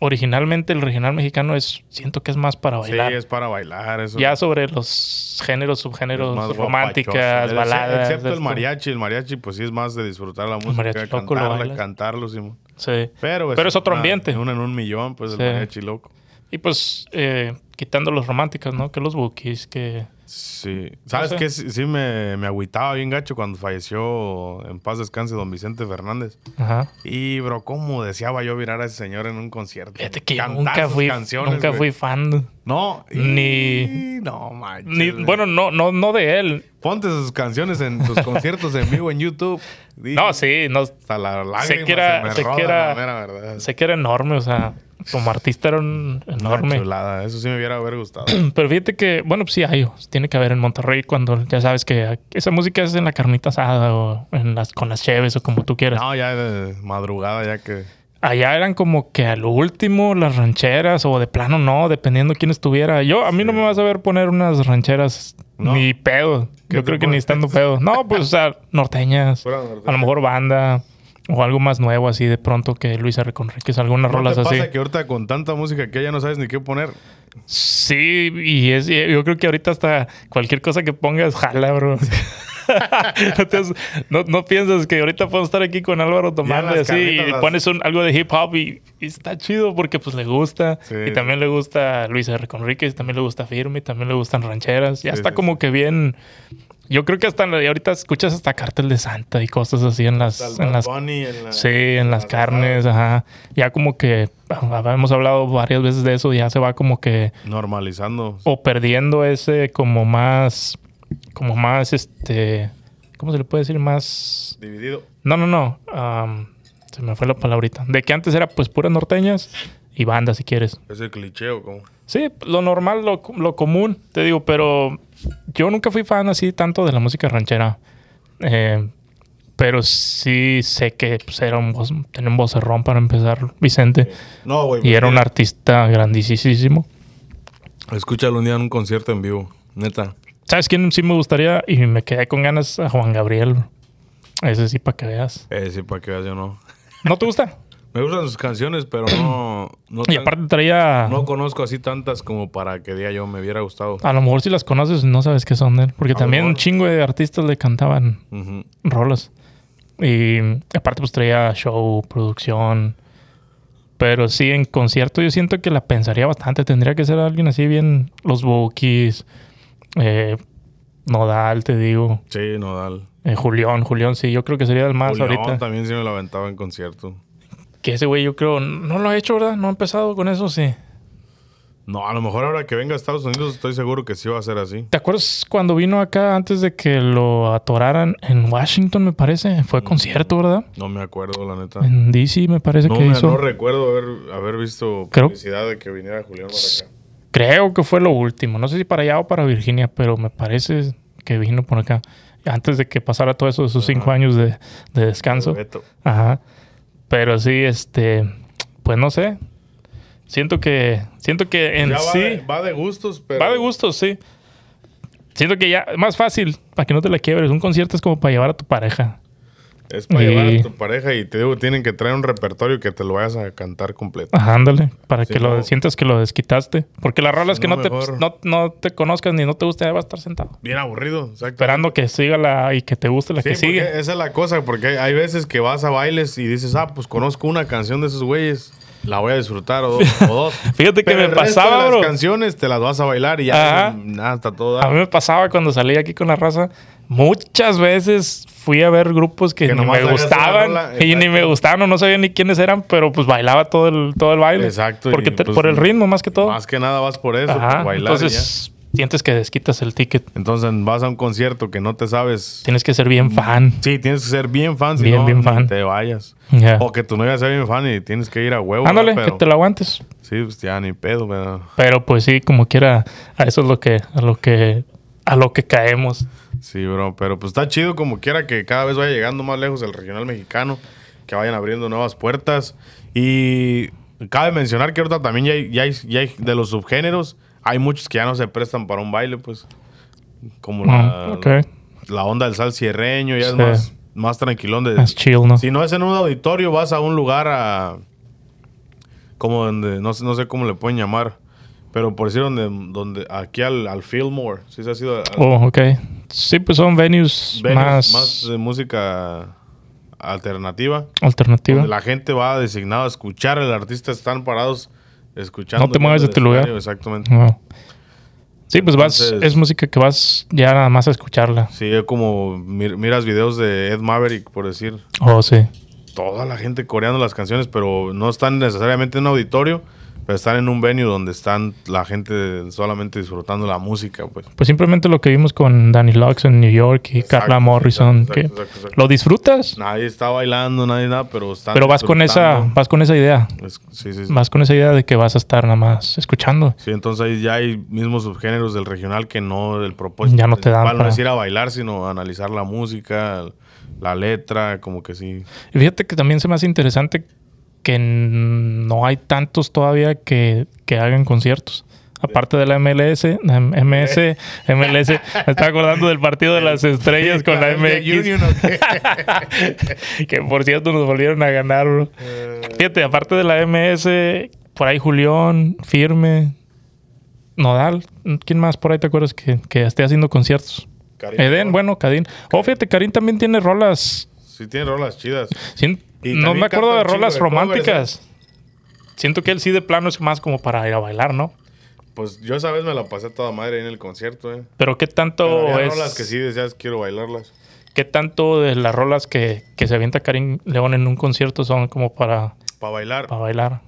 B: originalmente el regional mexicano es, siento que es más para
A: Sí,
B: bailar.
A: es para bailar. Eso
B: ya sobre los géneros,
A: es más
B: subgéneros,
A: guapachoso.
B: románticas,
A: Exce-
B: baladas. este,
A: Excepto el
B: esto.
A: mariachi. El mariachi, pues sí, es más de disfrutar la música,
B: mariachi loco lo
A: cantarla,
B: bailas.
A: cantarlo. Simón.
B: Sí.
A: Pero, pues,
B: Pero es otro
A: una-
B: ambiente.
A: Uno en un millón, pues
B: Sí.
A: el mariachi loco.
B: Y pues eh, quitando los románticas, ¿no? Que los bookies, que...
A: Sí. ¿Sabes
B: sé.
A: qué? Sí, sí me, me agüitaba bien gacho cuando falleció en paz descanse don Vicente Fernández.
B: Ajá.
A: Y, bro, cómo deseaba yo mirar a ese señor en un concierto.
B: Fíjate que yo
A: Cantar
B: nunca
A: sus
B: fui,
A: canciones,
B: nunca
A: güey.
B: fui fan.
A: No.
B: Ni-
A: y- No, manches.
B: Ni-
A: güey.
B: bueno, no, no, no de él.
A: Ponte sus canciones en sus conciertos en vivo en YouTube. Y
B: No, sí, no,
A: Hasta la lágrima
B: Sé que era-
A: se me
B: sé que
A: roda,
B: era-
A: la mera verdad.
B: sé que era enorme, o sea, como artista era un-
A: Una
B: enorme.
A: chulada. Eso sí me hubiera haber gustado.
B: Pero fíjate que, bueno, pues sí hay, o sea, tiene que haber en Monterrey cuando ya sabes que esa música es en la carnita asada o en las, con las cheves o como tú quieras.
A: no, ya de madrugada, ya que...
B: Allá eran como que al último las rancheras o de plano no, dependiendo quién estuviera. Yo, a mí no me vas a ver poner unas rancheras
A: No.
B: ni pedo.
A: ¿Qué
B: Yo
A: te
B: creo que ni
A: pones?
B: estando pedo. No, pues, o sea, norteñas.
A: Pura norteña.
B: A lo mejor banda. O algo más nuevo así de pronto que Luisa Reconríquez, algunas
A: ¿No
B: rolas
A: te
B: así.
A: pasa que ahorita con tanta música que ya no sabes ni qué poner?
B: Sí, y es, y yo creo que ahorita hasta cualquier cosa que pongas, jala, bro. Entonces, no, no piensas que ahorita puedo estar aquí con Álvaro tomando y
A: las
B: así
A: carnitas
B: y
A: las-
B: pones un- algo de hip hop y, y está chido porque pues le gusta.
A: Sí,
B: y también le gusta Luis R. Conríquez, también le gusta Firme, también le gustan rancheras. Ya
A: Sí,
B: está
A: sí,
B: como que bien... Yo creo que hasta la- ahorita escuchas hasta Cartel de Santa y cosas así en las,
A: Hasta el
B: en
A: Bad
B: las
A: Bunny, en la-
B: Sí, en las carnes, ajá. Ya como que ah, hemos hablado varias veces de eso, ya se va como que
A: Normalizando.
B: o perdiendo ese como más como más este ¿cómo se le puede decir más?
A: Dividido.
B: No, no, no. am, se me fue la palabrita. De que antes era pues puras norteñas y bandas si quieres.
A: Ese cliché o cómo.
B: Sí, lo normal, lo, lo común, te digo, pero yo nunca fui fan así tanto de la música ranchera. Eh, pero sí sé que pues, era un voz, tenía un vocerrón para empezar, Vicente.
A: No, güey.
B: Y
A: pues,
B: era un
A: mira,
B: artista grandísimo.
A: Escúchalo un día en un concierto en vivo. Neta.
B: ¿Sabes quién sí me gustaría? Y me quedé con ganas a Juan Gabriel. bro. Ese sí, para que veas.
A: Eh, sí, para que veas, yo no.
B: ¿No te gusta?
A: Me gustan sus canciones, pero no. no
B: Y
A: tan-
B: aparte traía...
A: No conozco así tantas como para que diga yo me hubiera gustado.
B: A lo mejor si las conoces no sabes qué son de él. Porque
A: A lo
B: también un
A: mejor.
B: chingo de artistas le cantaban
A: Ujú.
B: rolas. Y aparte pues traía show, producción. Pero sí, en concierto yo siento que la pensaría bastante. Tendría que ser alguien así bien... Los Bookies. Eh, Nodal, te digo.
A: Sí, Nodal.
B: Eh, Julián, Julián sí. Yo creo que sería el más
A: Julián
B: Ah, ahorita.
A: también sí me lo aventaba en concierto.
B: Que ese güey yo creo... No lo ha hecho, ¿verdad? No ha empezado con eso, sí.
A: No, a lo mejor ahora que venga a Estados Unidos estoy seguro que sí va a ser así.
B: ¿Te acuerdas cuando vino acá antes de que lo atoraran en Washington, me parece? Fue concierto, ¿verdad?
A: No me acuerdo, la neta.
B: En DC, me parece
A: Ah. No,
B: que
A: me-
B: hizo.
A: no recuerdo haber, haber visto
B: Creo-
A: publicidad de que viniera Julián para acá.
B: Creo que fue lo último. No sé si para allá o para Virginia, pero me parece que vino por acá. Antes de que pasara todo eso de sus cinco años de, de descanso.
A: Beto.
B: Ajá. Pero sí, este. Pues no sé. Siento que. Siento que en
A: Ya va,
B: sí.
A: de, va de gustos, pero.
B: Va de gustos, sí. Siento que ya. Más fácil. Para que no te la quiebres. Un concierto es como para llevar a tu pareja.
A: Es para llevar
B: Y-
A: a tu pareja y te digo, tienen que traer un repertorio que te lo vayas a cantar completo.
B: Ajá, ándale, para
A: Sí,
B: que lo
A: no.
B: sientas que lo desquitaste. Porque la rola es
A: Sí,
B: que
A: no,
B: no, te,
A: mejor.
B: no, no te conozcas ni no te guste, ahí va a estar sentado.
A: Bien aburrido, exacto.
B: Esperando que siga la y que te guste la
A: Sí,
B: que
A: porque
B: sigue.
A: Esa es la cosa, porque hay, hay veces que vas a bailes y dices, ah, pues conozco una canción de esos güeyes, la voy a disfrutar o, dos- o dos.
B: Fíjate que me
A: el resto
B: pasaba,
A: de
B: bro.
A: Las canciones te las vas a bailar y
B: Ajá.
A: ya "Mm, nada, hasta todo.
B: A mí me pasaba cuando salí aquí con la raza. Muchas veces fui a ver grupos que,
A: Que
B: ni
A: nomás
B: me
A: sabías una
B: gustaban
A: rola,
B: y ni
A: exacto.
B: me gustaban o no sabía ni quiénes eran, pero pues bailaba todo el, todo el baile.
A: Exacto, y
B: Porque te-
A: pues,
B: por el ritmo más que todo.
A: Más que nada vas por eso,
B: Ajá,
A: por bailar. y ya.
B: Entonces sientes que desquitas el ticket.
A: Entonces vas a un concierto que no te sabes.
B: Tienes que ser bien fan.
A: Sí, tienes que ser bien fan, si
B: Bien,
A: no,
B: bien
A: ni
B: fan.
A: te vayas.
B: Ya.
A: O que tu novia sea bien fan y tienes que ir a huevo.
B: Ándale,
A: ¿verdad?
B: que
A: Pero-
B: te lo aguantes.
A: Sí, pues ya ni pedo, ¿verdad?
B: Pero pues sí, como quiera, a eso es lo que, a lo que, a lo que caemos.
A: Sí, bro, pero pues está chido como quiera que cada vez vaya llegando más lejos el regional mexicano, que vayan abriendo nuevas puertas. Y cabe mencionar que ahorita también ya hay, ya hay- ya hay de los subgéneros, hay muchos que ya no se prestan para un baile, pues. Como la,
B: Mm, ok.
A: la onda del sal cierreño, ya es
B: Sí.
A: más, más tranquilón. De,
B: Más chill, ¿no?
A: Si no es en un auditorio, vas a un lugar a. Como donde. No, sé- no sé cómo le pueden llamar. Pero por decir donde. donde aquí al, al Fillmore. Sí, se ha sido. al-
B: Oh, ok. Sí, pues son venues,
A: venues
B: más,
A: más, de música alternativa.
B: alternativa.
A: Donde la gente va designada a escuchar al artista, están parados escuchando.
B: No te mueves
A: viendo
B: de
A: el
B: tu lugar.
A: escenario, Exactamente.
B: Ah. Sí, pues vas,
A: Entonces-
B: es música que vas ya nada más a escucharla.
A: Sí, es como mir- miras videos de Ed Maverick, por decir.
B: Oh, sí.
A: Toda la gente coreando las canciones, pero no están necesariamente en un auditorio, pero están en un venue donde están la gente solamente disfrutando la música, pues.
B: Pues simplemente lo que vimos con Danny Lux en New York y
A: Exacto,
B: Carla Morrison,
A: exacto,
B: que
A: exacto, exacto, exacto.
B: lo disfrutas,
A: Nadie está bailando, nadie nada, pero están.
B: pero vas con esa,
A: disfrutando.
B: vas con esa idea,
A: Es- sí, sí, sí.
B: vas con esa idea de que vas a estar nada más escuchando.
A: Sí, entonces ahí ya hay mismos subgéneros del regional que no el propósito.
B: Ya no te dan
A: principal No
B: para-
A: es ir a bailar, sino analizar la música, la letra, como que sí.
B: Y fíjate que también se me hace interesante que n- no hay tantos todavía que, que hagan conciertos. aparte de la MLS, MS, MLS, me estaba acordando del partido de las estrellas con la MX. que por cierto nos volvieron a ganar, bro. Fíjate, aparte de la MS, por ahí Julián, Firme, Nodal, ¿quién más por ahí te acuerdas que, que esté haciendo conciertos?
A: Karim
B: Eden, bueno, Karim. Oh, fíjate, Karim también tiene rolas.
A: Sí, tiene rolas chidas.
B: sin-
A: Y
B: no
A: también
B: me acuerdo
A: canta
B: de
A: un chingo
B: rolas
A: de covers, ¿eh?
B: románticas. Siento que él sí de plano es más como para ir a bailar, ¿no?
A: Pues yo esa vez me la pasé toda madre ahí en el concierto, eh.
B: Pero qué tanto
A: Pero había
B: es.
A: rolas que sí decías quiero bailarlas.
B: ¿Qué tanto de las rolas que, que se avienta Karim León en un concierto son como para,
A: Para bailar.
B: para bailar?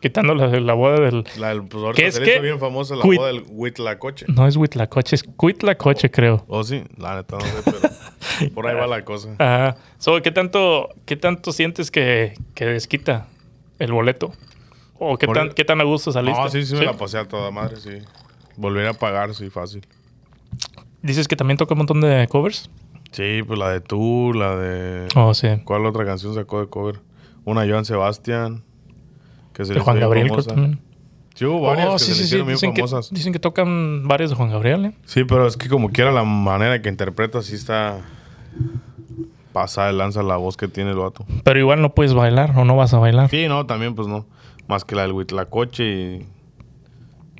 B: Quitando la, la boda del.
A: La del, pues
B: ¿Qué
A: ahorita
B: es
A: se le hizo
B: qué?
A: bien famosa la
B: Cuit-
A: boda del Huitlacoche.
B: No es Huitlacoche, es Cuitlacoche, creo.
A: O sí, la neta no sé, pero por ahí va la cosa.
B: Ajá. So, ¿qué, tanto, ¿Qué tanto sientes que, que desquita el boleto? ¿O qué
A: Por
B: tan,
A: el-
B: qué tan a gusto saliste?
A: No, sí, sí, me la pasé a toda madre, sí. Volver a pagar, sí, fácil.
B: Dices que también toca un montón de covers.
A: Sí, pues la de tú, la de...
B: Oh, sí.
A: ¿Cuál otra canción sacó de cover? Una de Joan Sebastián. Que se le
B: De
A: hizo
B: Juan
A: bien
B: Gabriel, creo
A: famosa.
B: también.
A: Sí, hubo varias
B: Oh,
A: que se le hicieron bien
B: Dicen que,
A: famosas.
B: dicen que tocan varios de Juan Gabriel, ¿eh?
A: Sí, pero es que como quiera la manera que interpreta sí está pasada de lanza la voz que tiene el vato.
B: Pero igual no puedes bailar o no vas a bailar.
A: Sí, no, también pues no. Más que la del Huitlacoche y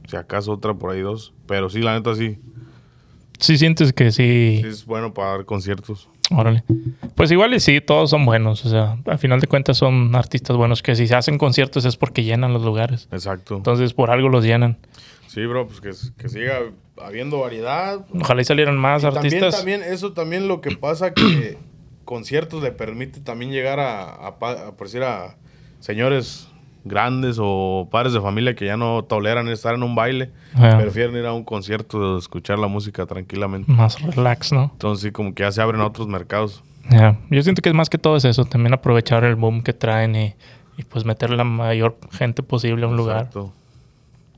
A: si acaso otra por ahí dos. Pero sí, la neta sí.
B: Sí sientes que sí.
A: Sí es bueno para dar conciertos.
B: Órale. Pues igual y sí, todos son buenos. O sea, al final de cuentas son artistas buenos que si se hacen conciertos es porque llenan los lugares.
A: Exacto.
B: Entonces por algo los llenan.
A: Sí, bro, pues que, que siga habiendo variedad.
B: Ojalá y salieran más
A: También,
B: artistas.
A: también, eso también lo que pasa que conciertos le permite también llegar a, a, pa- a, por decir, a señores grandes o padres de familia que ya no toleran estar en un baile.
B: Ah,
A: Prefieren ir a un concierto de escuchar la música tranquilamente.
B: más relax, ¿no?
A: Entonces sí, como que ya se abren a otros mercados.
B: Ya. Yo siento que es más que todo es eso. También aprovechar el boom que traen y, y, pues meter la mayor gente posible a un lugar.
A: Exacto.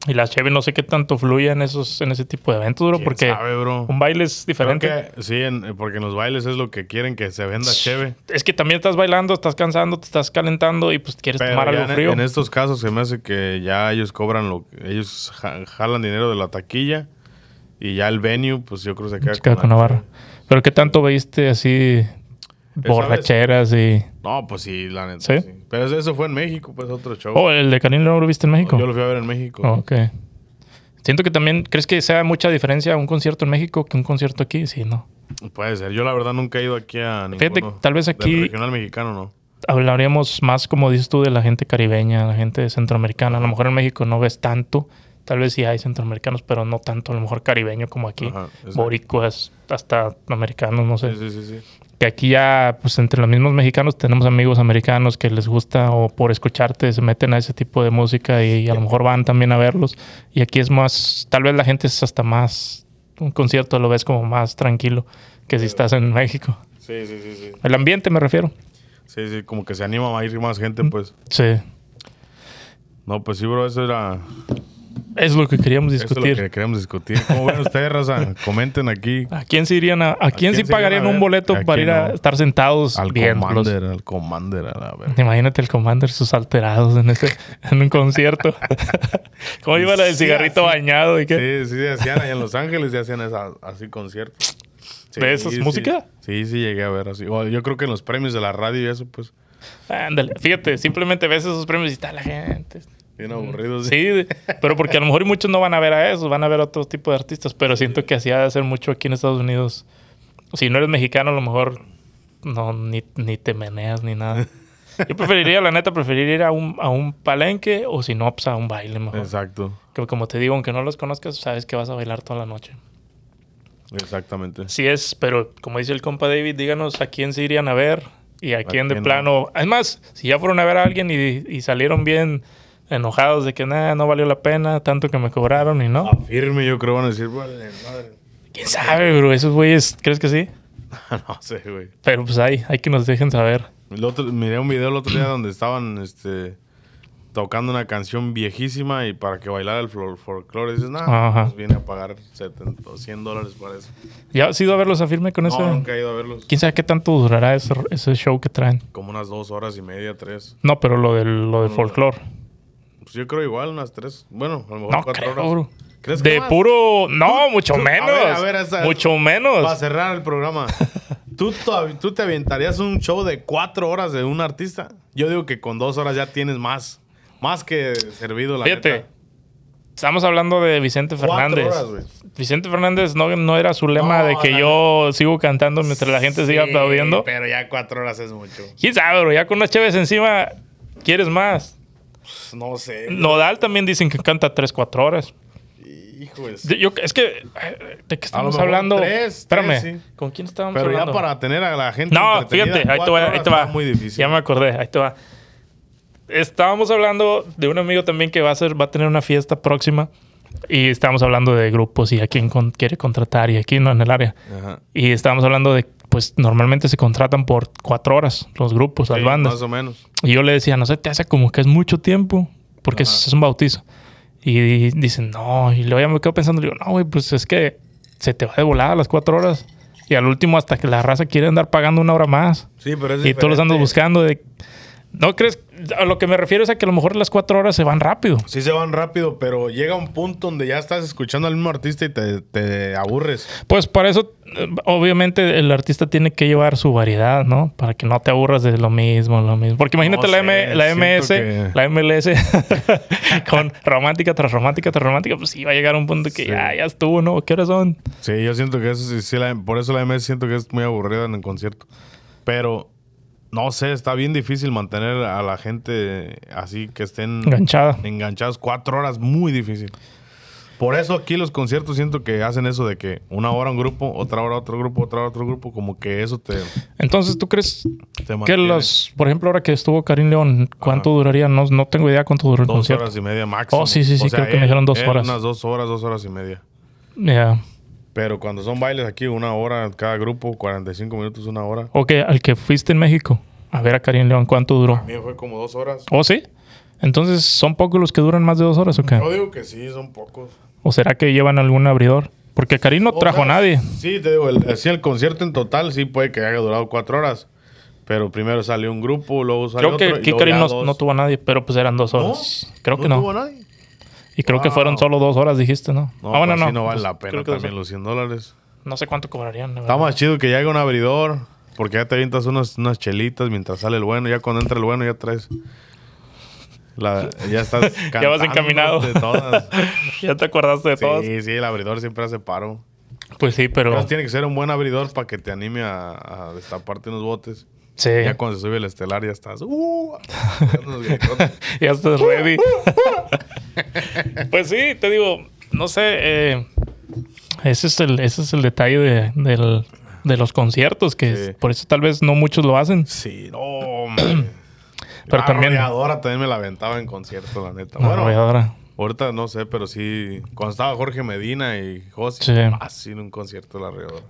B: Y las Chevy no sé qué tanto fluya en, esos, en ese tipo de eventos, bro,
A: ¿Quién
B: porque
A: sabe, bro?
B: un baile es
A: Creo
B: diferente.
A: que, sí, en- porque en los bailes es lo que quieren que se venda cheve.
B: Es que también estás bailando, estás cansando, te estás calentando y pues quieres
A: Pero
B: tomar
A: ya
B: algo
A: en, e-,
B: frío.
A: en estos casos se me hace que ya ellos cobran lo que ellos ja- jalan dinero de la taquilla y ya el venue, pues yo creo que se queda
B: Se queda con
A: la
B: Navarra.
A: cheve.
B: Pero qué tanto veiste así borracheras y.
A: No, pues sí, la neta.
B: ¿Sí?
A: sí. Pero eso fue en México, pues otro show.
B: Oh, el de Karim León lo viste en México.
A: Yo lo fui a ver en México.
B: Oh, ok. Siento que también. ¿Crees que sea mucha diferencia un concierto en México que un concierto aquí? Sí, no.
A: Puede ser. Yo la verdad nunca he ido aquí a ninguno.
B: Fíjate, tal vez
A: del
B: aquí-
A: regional mexicano, ¿no?
B: Hablaríamos más, como dices tú, de la gente caribeña, la gente centroamericana. A lo mejor en México no ves tanto. Tal vez sí hay centroamericanos, pero no tanto. A lo mejor caribeño como aquí.
A: Ajá, exacto.
B: Boricuas, hasta americanos, no sé.
A: Sí, sí, sí. sí.
B: que aquí ya, pues entre los mismos mexicanos tenemos amigos americanos que les gusta o por escucharte se meten a ese tipo de música y a lo mejor van también a verlos. Y aquí es más, tal vez la gente es hasta más, un concierto lo ves como más tranquilo que si estás en México.
A: Sí, sí, sí, sí.
B: El ambiente me refiero.
A: Sí, sí, como que se anima a ir más gente,
B: Mm.
A: pues.
B: Sí.
A: No, pues sí, bro, eso era
B: Es lo que queríamos
A: eso es lo
B: discutir.
A: que queríamos discutir. ¿Cómo ven ustedes, Raza? Comenten aquí.
B: ¿A quién se irían a, a quién
A: quién
B: sí
A: se irían
B: pagarían
A: a ver?
B: un boleto
A: ¿A
B: para
A: quién
B: ir a
A: no?
B: estar sentados
A: Al
B: viéndolos?
A: Commander, al Commander, a la verga.
B: Imagínate el Commander, sus alterados en, ese, en un concierto. ¿Cómo iba la del
A: Sí,
B: cigarrito bañado y qué?
A: Sí, sí, hacían allá en Los Ángeles, ya hacían esas- así conciertos. Sí,
B: ¿De esas
A: sí.
B: música?
A: Sí, sí, llegué a ver así. O yo creo que en los premios de la radio y eso, pues,
B: Ándale, fíjate, simplemente ves esos premios y está la gente.
A: bien aburridos.
B: Sí, de- pero porque a lo mejor y muchos no van a ver a eso, van a ver a otro tipo de artistas, pero siento que así ha de ser mucho aquí en Estados Unidos. Si no eres mexicano, a lo mejor no, ni, ni te meneas ni nada. Yo preferiría, la neta, preferiría ir a un, a un palenque o si no, pues a un baile mejor.
A: Exacto,
B: Que como te digo, aunque no los conozcas, sabes que vas a bailar toda la noche.
A: exactamente.
B: Así es, pero como dice el compa David, díganos a quién se irían a ver y a, quién de
A: quién no.
B: plano. Además, si ya fueron a ver a alguien y, y salieron bien enojados de que nada, no valió la pena, tanto que me cobraron y no.
A: Afirme, yo creo, van a decir, vale, madre.
B: ¿Quién sabe, bro? Esos güeyes, ¿crees que sí?
A: no sé, güey.
B: Pero pues hay, hay que nos dejen saber.
A: El otro, miré un video el otro día donde estaban este, tocando una canción viejísima y para que bailara el flor, folclore. Dices,
B: Ajá.
A: nada, pues viene a pagar 70, 100 dólares para eso.
B: ¿Ya has ido a verlos a firme con eso?
A: No, nunca he ido a verlos.
B: ¿Quién sabe qué tanto durará ese, ese show que traen?
A: Como unas dos horas y media, tres.
B: No, pero lo del, lo del folclore.
A: Pues yo creo igual, unas tres. Bueno, a lo mejor
B: No
A: cuatro
B: creo,
A: horas.
B: bro.
A: ¿Crees que
B: De
A: más?
B: puro. No, mucho
A: tú- a ver,
B: menos.
A: a ver, esa-
B: mucho menos.
A: Para cerrar el programa. ¿Tú, to- ¿Tú te aventarías un show de cuatro horas de un artista? Yo digo que con dos horas ya tienes más. Más que servido, la
B: Fíjate,
A: neta.
B: Estamos hablando de Vicente
A: Cuatro
B: Fernández.
A: horas, güey.
B: Vicente Fernández no, no era su lema
A: No,
B: de que
A: la
B: yo sigo cantando mientras la gente siga
A: Sí,
B: aplaudiendo.
A: Pero ya cuatro horas es mucho.
B: ¿Quién sabe, bro? Ya con unas chéves encima, ¿quieres más?
A: Pues, No sé.
B: Nodal también dicen que canta 3, 4 horas.
A: Hijo de su-
B: De- Yo, es que, eh, ¿de qué estamos
A: mejor
B: hablando?
A: tres, tres,
B: Espérame,
A: sí.
B: ¿con quién estábamos
A: Pero ya
B: hablando?
A: para tener a la gente.
B: No,
A: entretenida,
B: fíjate, ahí te
A: cuatro
B: va, ahí
A: horas
B: te va.
A: está muy difícil.
B: Ya me acordé, ahí te va. Estábamos hablando de un amigo también que va a ser, va a tener una fiesta próxima. Y estábamos hablando de grupos y a quién con- quiere contratar y aquí no en el área.
A: Ajá.
B: Y estábamos hablando de, pues normalmente se contratan por cuatro horas los grupos, las
A: Sí,
B: bandas.
A: Más o menos.
B: Y yo le decía, no sé, te hace como que es mucho tiempo, porque es, es un bautizo. Y dicen, no, y luego ya me quedo pensando, le digo, no, güey, pues es que se te va de volada las cuatro horas. Y al último, hasta que la raza quiere andar pagando una hora más.
A: Sí, pero es
B: y tú los andas
A: diferente.
B: buscando. De... ¿No crees? A lo que me refiero es a que a lo mejor las cuatro horas se van rápido.
A: Sí se van rápido, pero llega un punto donde ya estás escuchando al mismo artista y te, te aburres.
B: Pues para eso, eh, obviamente, el artista tiene que llevar su variedad, ¿no? Para que no te aburras de lo mismo, lo mismo. Porque imagínate
A: No
B: la,
A: sé,
B: M- la
A: siento
B: MS,
A: que-
B: la MLS, con romántica tras romántica tras romántica, pues sí, va a llegar un punto que
A: Sí.
B: ya, ya estuvo, ¿no? ¿Qué horas son?
A: Sí, yo siento que eso sí, sí, la- por eso la MS siento que es muy aburrida en el concierto. Pero no sé, está bien difícil mantener a la gente así que estén
B: Enganchada.
A: enganchados cuatro horas, muy difícil. Por eso aquí los conciertos siento que hacen eso de que una hora un grupo, otra hora otro grupo, otra hora otro grupo, como que eso te,
B: Entonces, ¿tú crees
A: te
B: que
A: mantiene
B: los, por ejemplo, ahora que estuvo Karim León, cuánto duraría? No, no tengo idea cuánto duró el
A: dos
B: concierto.
A: horas y media máximo.
B: Oh, sí, sí, sí, creo que me
A: él-
B: dijeron dos
A: él
B: horas.
A: Unas dos horas, dos horas y media.
B: Ya.
A: Pero cuando son bailes aquí, una hora cada grupo, 45 minutos, una hora.
B: Ok, al que fuiste en México, a ver a Karim León, ¿cuánto duró?
A: Mío fue como dos horas.
B: ¿Oh, sí? Entonces, ¿son pocos los que duran más de dos horas o qué?
A: Yo digo que sí, son pocos.
B: ¿O será que llevan algún abridor? Porque Karim no
A: O
B: trajo a
A: sea,
B: nadie.
A: Sí, te digo, el, sí, el concierto en total sí puede que haya durado cuatro horas. Pero primero salió un grupo, luego salió
B: Creo que,
A: otro. y
B: que
A: luego
B: Karim
A: ya
B: no,
A: dos.
B: no tuvo a nadie, pero pues eran dos
A: ¿No?
B: horas. Creo que no.
A: tuvo a nadie?
B: Y creo que
A: Wow.
B: fueron solo dos horas, dijiste, ¿no?
A: No,
B: Ah, bueno,
A: pues sí no vale
B: Pues,
A: la pena
B: creo que
A: también
B: no,
A: los 100 dólares.
B: no sé cuánto cobrarían. la
A: Está
B: verdad.
A: más chido que llegue un abridor, porque ya te avientas unas, unas chelitas mientras sale el bueno. Ya cuando entra el bueno, ya traes. la- ya estás
B: Ya vas encaminado.
A: cantándote todas.
B: Ya te acordaste de todos.
A: Sí, sí, el abridor siempre hace paro.
B: Pues sí, pero.
A: Pero tiene que ser un buen abridor para que te anime a, a destaparte unos botes.
B: Sí.
A: Ya cuando se sube el estelar ya estás. ¡Uh! Unos gritotes.
B: ya estás ready.
A: Uh,
B: pues sí, te digo, no sé. eh, ese, es el, ese es el detalle de, del- de los conciertos, que
A: Sí.
B: es- por eso tal vez no muchos lo hacen.
A: sí, no, hombre.
B: Pero
A: La
B: también-
A: arrolladora también me la aventaba en concierto, la neta.
B: La
A: Bueno,
B: arrolladora.
A: ahorita no sé, pero sí. Cuando estaba Jorge Medina y José,
B: Sí.
A: así en un concierto de la arrolladora.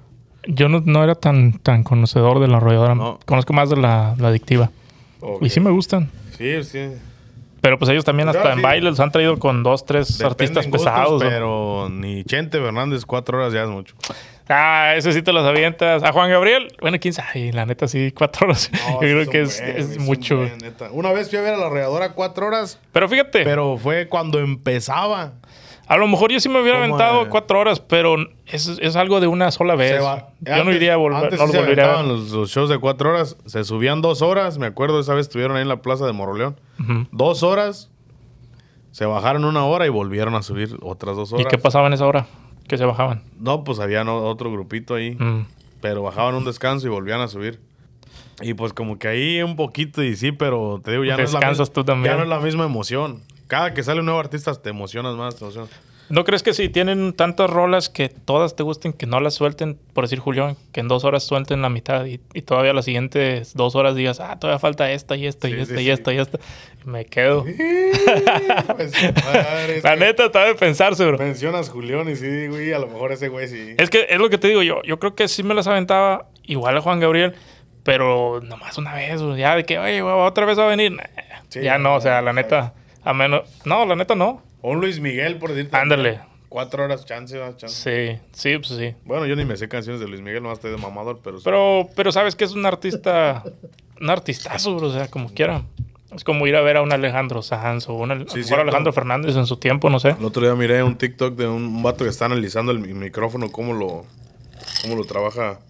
B: Yo no, no era tan, tan conocedor de la arrolladora.
A: No.
B: Conozco más de la, la adictiva.
A: Ok.
B: Y sí me gustan.
A: Sí, sí.
B: Pero pues ellos también hasta
A: Claro,
B: en
A: sí.
B: bailes han traído con dos, tres
A: Dependen
B: artistas
A: gustos,
B: pesados. ¿no?
A: Pero ni Chente Fernández, cuatro horas ya es mucho.
B: Ah, ese sí te los avientas. A Juan Gabriel, bueno, quién sabe. La neta sí, cuatro horas. Yo
A: No, sí
B: creo
A: son
B: que es,
A: buen,
B: es
A: sí son
B: mucho.
A: buen, neta. Una vez fui a ver a la arrolladora cuatro horas,
B: Pero fíjate,
A: pero fue cuando empezaba.
B: a lo mejor yo sí me hubiera
A: ¿Cómo,
B: aventado
A: eh?
B: cuatro horas, pero es, es algo de una sola vez.
A: Se va.
B: Pues, Yo no
A: Antes-
B: iría a volver,
A: antes
B: no
A: sí
B: lo
A: se
B: volvería a ver.
A: aventaban Los, los shows de cuatro horas se subían dos horas. Me acuerdo esa vez estuvieron ahí en la plaza de Moroleón.
B: Ujú.
A: Dos horas, se bajaron una hora y volvieron a subir otras dos
B: ¿Y
A: horas.
B: qué pasaba en esa hora? Que se bajaban.
A: No, pues había no- otro grupito ahí.
B: Mm.
A: pero bajaban un descanso y volvían a subir. Y pues como que ahí un poquito y sí, pero te digo, ya, no es, la
B: Descansas
A: mis-
B: tú también.
A: ya no es la misma emoción. Cada que sale un nuevo artista te emocionas más, te emocionas.
B: ¿No crees que si tienen tantas rolas que todas te gusten, que no las suelten, por decir Julián, que en dos horas suelten la mitad y, y todavía las siguientes dos horas digas, ah, todavía falta esta y esta y
A: Sí,
B: esta
A: sí,
B: y
A: sí.
B: esta y esta? Me quedo.
A: Pues, madre, es
B: la
A: que
B: neta, estaba de pensarse, bro.
A: Mencionas Julián y sí, güey, a lo mejor ese güey sí.
B: Es que es lo que te digo yo. Yo creo que sí me las aventaba igual a Juan Gabriel, pero nomás una vez, güey. Ya de que, oye, güey, otra vez va a venir. Nah,
A: Sí,
B: ya no, o sea, la neta, a menos. No, la neta no.
A: O un Luis Miguel, por decirte.
B: Ándale.
A: Cuatro horas chance, más chance.
B: Ah, Sí, sí, pues sí.
A: Bueno, yo ni me sé canciones de Luis Miguel, nomás estoy de mamador, pero...
B: Pero, pero sabes que es un artista, un artistazo, bro, o sea, como quiera. Es como ir a ver a un Alejandro Sanz o un Al- a lo mejor Alejandro Fernández en su tiempo, no sé.
A: El otro día miré un TikTok de un vato que está analizando el mi- micrófono, cómo lo, cómo lo trabaja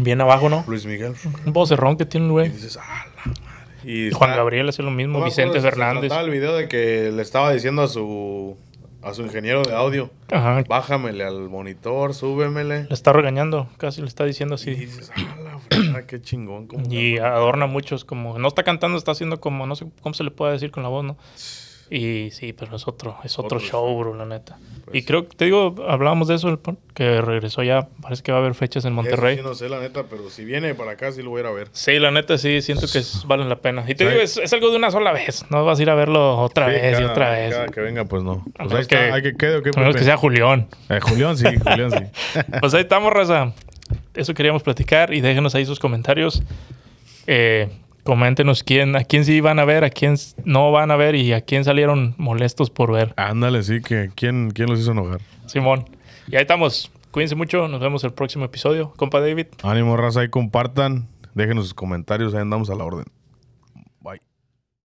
B: Bien abajo, ¿no?
A: Luis Miguel.
B: Un vocerrón que tiene el güey.
A: Y dices, ah, la madre. Y
B: Y Juan
A: está-
B: Gabriel hace lo
A: no
B: mismo,
A: me acuerdo
B: Vicente
A: si se
B: Fernández.
A: trataba el video de que le estaba diciendo a su, a su ingeniero de audio,
B: Ajá. Le
A: bájamele al monitor, súbemele.
B: está regañando, casi le está diciendo
A: Y
B: así.
A: dices, ah, la fregada, qué chingón. cómo
B: Y adorna muchos, como no está cantando, está haciendo como, no sé cómo se le puede decir con la voz, ¿no? Y sí, pero es otro, es otro,
A: Otro
B: show, bro, la neta.
A: Pues
B: y creo que te digo, hablábamos de eso, el pon- que regresó ya, parece que va a haber fechas en Monterrey.
A: Eso sí no sé, la neta, pero si viene para acá sí lo voy a ir a ver.
B: Sí, la neta sí, siento que es- valen la pena. Y te
A: Pues, Sí.
B: digo, es, es algo de una sola vez, no vas a ir a verlo otra
A: Sí,
B: vez y
A: cada-
B: otra vez.
A: cada que venga, pues no.
B: A
A: Pues
B: menos
A: ahí está,
B: que-
A: hay que quede, ¿o qué,
B: A menos
A: Pepe?
B: que sea Julián.
A: Eh, Julián sí, Julián sí.
B: Pues ahí estamos, raza. Eso queríamos platicar y déjenos ahí sus comentarios. Eh, coméntenos quién, a quién sí van a ver, a quién s- no van a ver y a quién salieron molestos por ver.
A: Ándale, sí, que ¿quién, quién los hizo enojar?
B: Simón. Y ahí estamos. Cuídense mucho. Nos vemos el próximo episodio. Compa David.
A: Ánimo, raza, ahí compartan. Déjenos sus comentarios, ahí andamos a la orden.